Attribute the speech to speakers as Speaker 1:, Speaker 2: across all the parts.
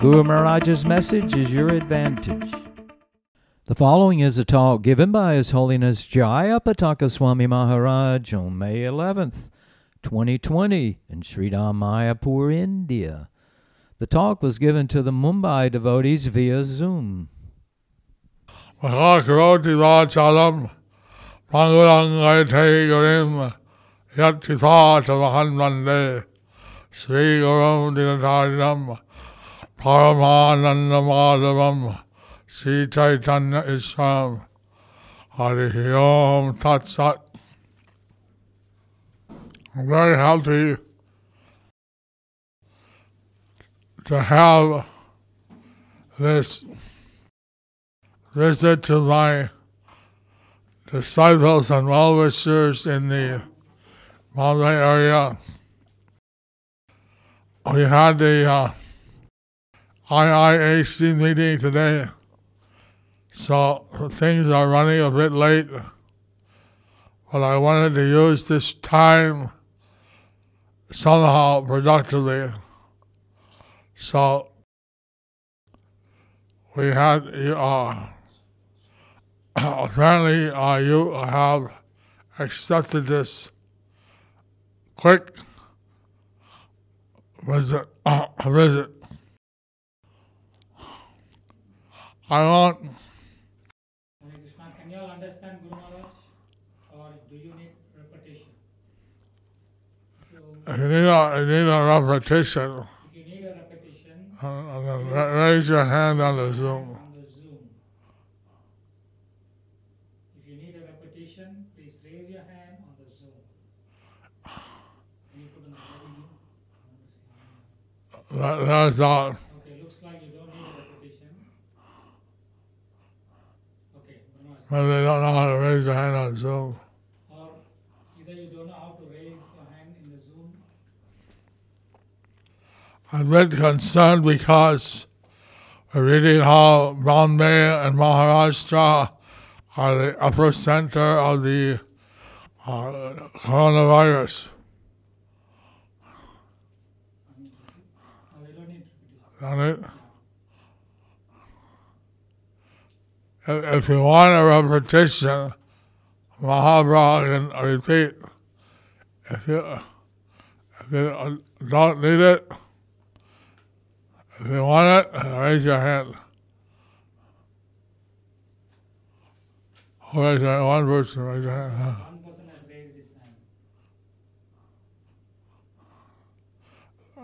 Speaker 1: Guru Maharaj's message is your advantage. The following is a talk given by His Holiness Jaya Pataka Swami Maharaj on May 11th, 2020 in Sri Mayapur, India. The talk was given to the Mumbai devotees via Zoom.
Speaker 2: Mahakarotti Vachalam Mangulangaite Gurim Yattitata Mahanmande Sri Gurum Dinatarinam Paramananda Madhavam Sri Chaitanya Isham Harihi Om Tat Sat I'm very healthy to have this visit to my disciples and well wishers in the Bombay area. We had the uh, IIAC meeting today, so things are running a bit late. But I wanted to use this time somehow productively. So we had uh, apparently uh, you have accepted this quick visit. uh, visit. I want
Speaker 3: Hare Krishna, can you all understand Guru Maharaj or do you need repetition? So,
Speaker 2: if you need a, you need a repetition.
Speaker 3: if you need a repetition
Speaker 2: uh, uh, ra- raise your hand on the Zoom.
Speaker 3: on the Zoom, if you need a repetition, please raise your hand on the Zoom. Can you put an emoji?
Speaker 2: That, that's all.
Speaker 3: Okay, looks like you don't need a repetition. Okay, Guru Maharaj.
Speaker 2: Maybe they don't know how to raise their hand on Zoom.
Speaker 3: or either you don't know how to raise your hand in the Zoom
Speaker 2: I'm a bit concerned because we're reading how Bombay and Maharashtra are the epicenter of the uh, coronavirus.
Speaker 3: or they don't need repetition.
Speaker 2: Isn't it? If if you want a repetition, Mahabharata can repeat. If you, if you don't need it, if you want it, raise your hand. Who raised their- One person raised their hand.
Speaker 3: One person has raised his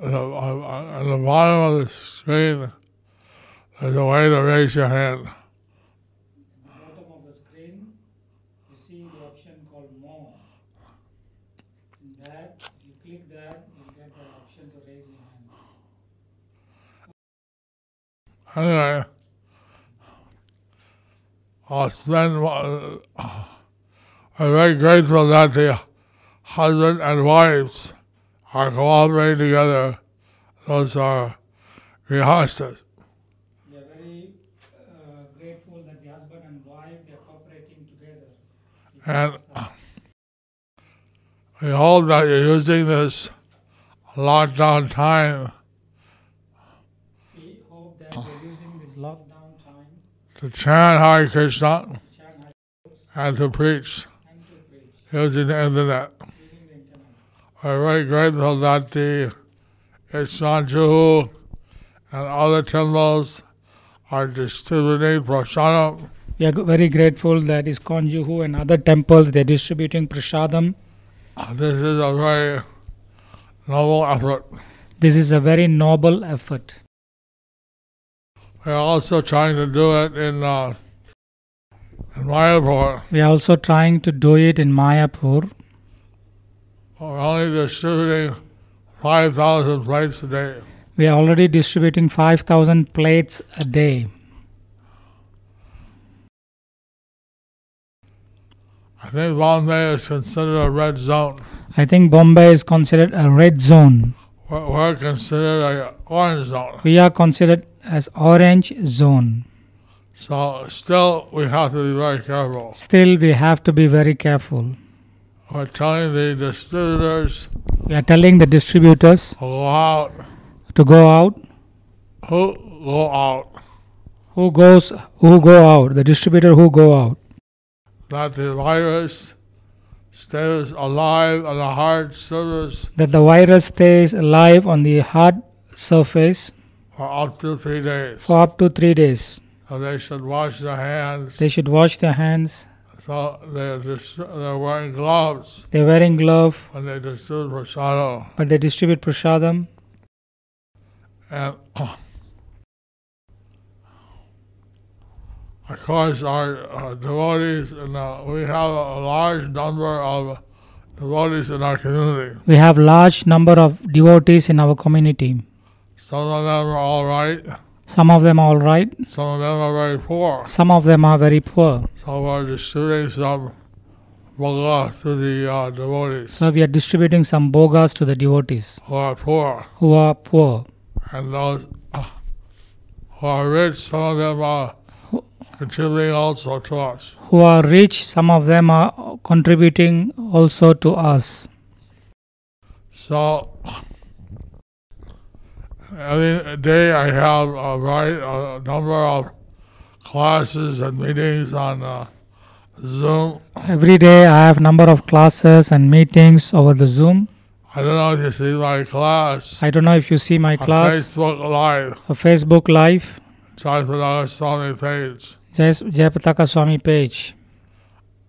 Speaker 3: hand.
Speaker 2: At the, at the bottom of the screen, there's a way to raise your hand.
Speaker 3: At the bottom of the screen, you see the option called More. In that, you click that, you get the option to raise your hand.
Speaker 2: Anyway, I'll spend. my- uh, I'm very grateful that the husband and wives are cooperating together. Those are rehearsals.
Speaker 3: We are very uh, grateful that the husband and wife they are cooperating together.
Speaker 2: And we hope that you're using this lockdown time
Speaker 3: We hope that you're using this lockdown time
Speaker 2: to chant Hare Krishna
Speaker 3: to chant Hari
Speaker 2: and to preach
Speaker 3: and to preach
Speaker 2: using the internet.
Speaker 3: using the internet.
Speaker 2: I'm very grateful that the Ishanjuhu and other temples are distributing prasadam.
Speaker 3: We are g- very grateful that ISKCON Juhu and other temples they're distributing prasadam.
Speaker 2: This is a very noble effort.
Speaker 3: This is a very noble effort.
Speaker 2: We're also trying to do it in, uh, in Mayapur.
Speaker 3: We are also trying to do it in Mayapur.
Speaker 2: We're only distributing 5,000 plates a day.
Speaker 3: We are already distributing 5,000 plates a day.
Speaker 2: I think Bombay is considered a red zone.
Speaker 3: I think Bombay is considered a red zone.
Speaker 2: We're, we're considered a orange zone.
Speaker 3: We are considered as orange zone.
Speaker 2: So still, we have to be very careful.
Speaker 3: Still, we have to be very careful.
Speaker 2: We're telling the distributors
Speaker 3: We are telling the distributors
Speaker 2: to go out,
Speaker 3: to go out.
Speaker 2: who go out,
Speaker 3: Who goes? Who go out? The distributor who go out.
Speaker 2: that the virus stays alive on the hard surface
Speaker 3: That the virus stays alive on the hard surface
Speaker 2: for up to three days.
Speaker 3: for up to three days.
Speaker 2: So they should wash their hands.
Speaker 3: They should wash their hands.
Speaker 2: So they're, dis- they're wearing gloves
Speaker 3: They're wearing glove,
Speaker 2: when they distribute Prasado.
Speaker 3: but they distribute prasadam.
Speaker 2: And of course, our uh, devotees, and uh, we have a large number of devotees in our community.
Speaker 3: We have large number of devotees in our community.
Speaker 2: Some of them are all right,
Speaker 3: Some of them are all right.
Speaker 2: some of them are very poor.
Speaker 3: Some of them are very poor.
Speaker 2: So we're distributing some bhagavad to the uh, devotees
Speaker 3: So we are distributing some bogas to the devotees
Speaker 2: who are poor.
Speaker 3: who are poor.
Speaker 2: And those uh, who are rich, some of them are contributing also to us.
Speaker 3: Who are rich, some of them are contributing also to us.
Speaker 2: So every day I have a right a number of classes and meetings on uh, Zoom.
Speaker 3: Every day I have number of classes and meetings over the Zoom.
Speaker 2: I don't know if you see my class
Speaker 3: I don't know if you see my
Speaker 2: on
Speaker 3: class,
Speaker 2: Facebook Live,
Speaker 3: a Facebook Live,
Speaker 2: Jaipada Swami page.
Speaker 3: Jai Jayapataka Swami page.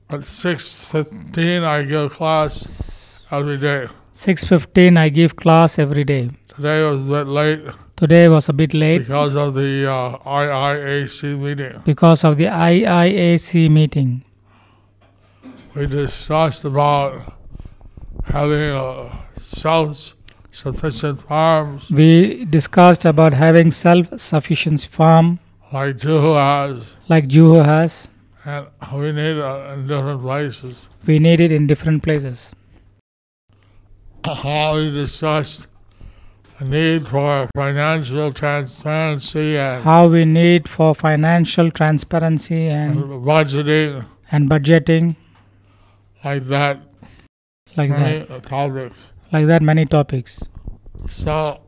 Speaker 2: At six fifteen I give class every day.
Speaker 3: 6.15 I give class every day.
Speaker 2: Today was a bit late
Speaker 3: Today was a bit late
Speaker 2: because of the uh, IIAC meeting.
Speaker 3: because of the IIAC meeting.
Speaker 2: We discussed about having a self-sufficient farms
Speaker 3: We discussed about having self-sufficiency farm
Speaker 2: like Jehu has,
Speaker 3: like Juho has.
Speaker 2: and we need it in different places.
Speaker 3: We need it in different places.
Speaker 2: we discussed the need for financial transparency and
Speaker 3: How we need for financial transparency
Speaker 2: Uh-huh.
Speaker 3: and,
Speaker 2: budgeting,
Speaker 3: and budgeting
Speaker 2: like that,
Speaker 3: like that.
Speaker 2: many topics.
Speaker 3: Like that many topics.
Speaker 2: So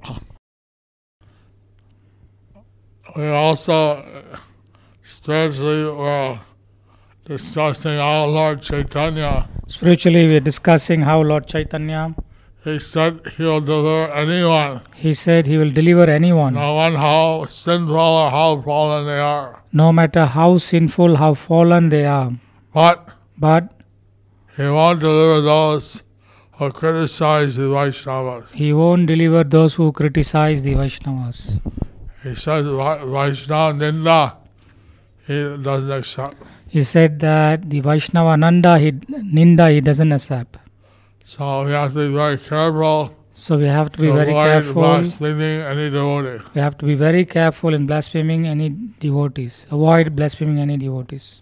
Speaker 2: we also strangely were discussing our Lord Chaitanya.
Speaker 3: Spiritually we are discussing how Lord Chaitanya
Speaker 2: He said he'll deliver anyone,
Speaker 3: he said he will deliver anyone
Speaker 2: no one how sinful or how fallen they are.
Speaker 3: no matter how sinful, how fallen they are.
Speaker 2: But
Speaker 3: But
Speaker 2: he won't deliver those who criticize the Vaishnavas.
Speaker 3: he won't deliver those who criticize the Vaishnavas.
Speaker 2: He says "Va- Vaishnava Ninda he doesn't accept.
Speaker 3: He said that the Vaishnava Nanda he Ninda he doesn't accept.
Speaker 2: So we have to be very careful
Speaker 3: So we have to be
Speaker 2: to
Speaker 3: very
Speaker 2: avoid
Speaker 3: careful.
Speaker 2: blaspheming any devotee.
Speaker 3: We have to be very careful in blaspheming any devotees. Avoid blaspheming any devotees.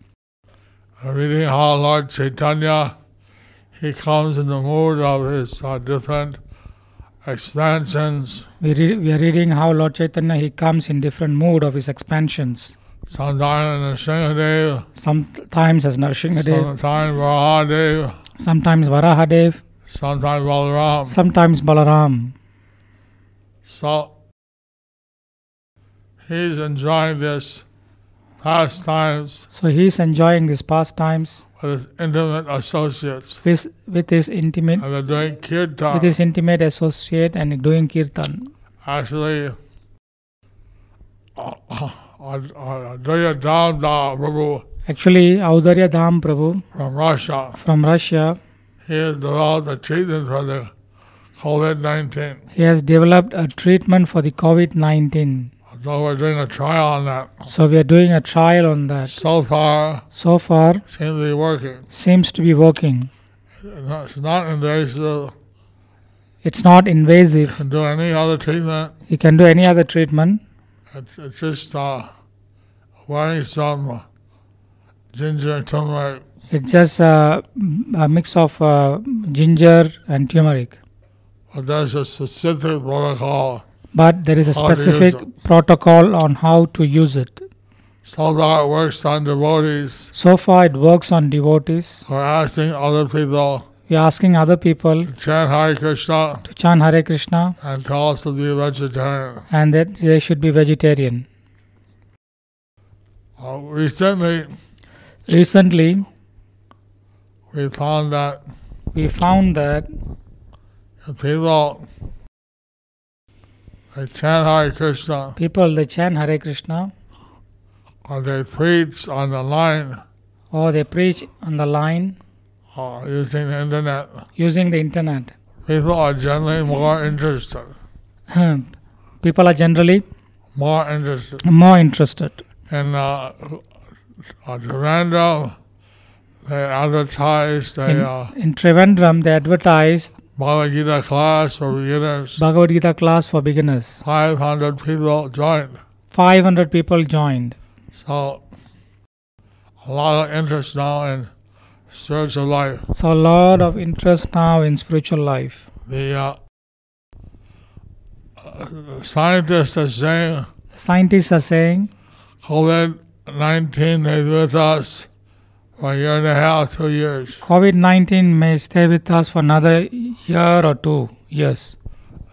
Speaker 2: reading how Lord Chaitanya, he comes in the mood of his uh, different expansions.
Speaker 3: We, re- we are reading how Lord Chaitanya he comes in different mood of his expansions.
Speaker 2: Sometimes Nrsimhadev,
Speaker 3: Sometimes as Narsingadev,
Speaker 2: sometimes Varahadev,
Speaker 3: sometimes Varahadev,
Speaker 2: sometimes Balaram.
Speaker 3: sometimes Balaram.
Speaker 2: So he's enjoying this pastimes
Speaker 3: So he is enjoying these pastimes
Speaker 2: with his intimate associates.
Speaker 3: with, with his intimate
Speaker 2: And they're doing
Speaker 3: with
Speaker 2: kirtan.
Speaker 3: his intimate associate and doing kirtan.
Speaker 2: Actually, uh, uh, uh, Daya Damda Prabhu
Speaker 3: Actually, Audarya Dham Prabhu
Speaker 2: uh, from Russia.
Speaker 3: from Russia
Speaker 2: He has developed a treatment for the COVID 19.
Speaker 3: he has developed a treatment for the COVID-19.
Speaker 2: So we're doing a trial on that.
Speaker 3: So we are doing a trial on that.
Speaker 2: So far,
Speaker 3: So far,
Speaker 2: seems to be working.
Speaker 3: seems to be working.
Speaker 2: It's not invasive
Speaker 3: It's not invasive.
Speaker 2: can do any other treatment.
Speaker 3: You can do any other treatment.
Speaker 2: It's, it's just uh, wearing some ginger and turmeric.
Speaker 3: It's just a, a mix of uh, ginger and turmeric.
Speaker 2: But there's a specific protocol
Speaker 3: But there is a
Speaker 2: How to use
Speaker 3: specific
Speaker 2: it.
Speaker 3: protocol on how to use it.
Speaker 2: so that it works on devotees
Speaker 3: So far, it works on devotees.
Speaker 2: who are asking other people
Speaker 3: We are asking other people
Speaker 2: to chant Hare Krishna
Speaker 3: to chant Hare Krishna
Speaker 2: and to also be vegetarian.
Speaker 3: and that they should be vegetarian.
Speaker 2: Uh, recently,
Speaker 3: Recently,
Speaker 2: we found that
Speaker 3: we found that
Speaker 2: if people they chant Hare Krishna
Speaker 3: people they chant Hare Krishna
Speaker 2: or they preach on the line
Speaker 3: or they preach on the line
Speaker 2: or using the internet,
Speaker 3: using the internet.
Speaker 2: people are generally more interested.
Speaker 3: Uh, people are generally
Speaker 2: More interested.
Speaker 3: more interested.
Speaker 2: And uh, uh, Durando, they advertise
Speaker 3: In,
Speaker 2: the uh,
Speaker 3: in Trivandrum, they advertised
Speaker 2: Bhagavad Gita class for beginners.
Speaker 3: Bhagavad Gita class for beginners.
Speaker 2: 500 people joined.
Speaker 3: 500 people joined.
Speaker 2: So, a lot of interest now in spiritual life.
Speaker 3: So, a lot of interest now in spiritual life.
Speaker 2: The uh, uh, scientists are saying
Speaker 3: Scientists are saying
Speaker 2: COVID 19 is with us for a year and a half, two years.
Speaker 3: COVID 19 may stay with us for another year or two years.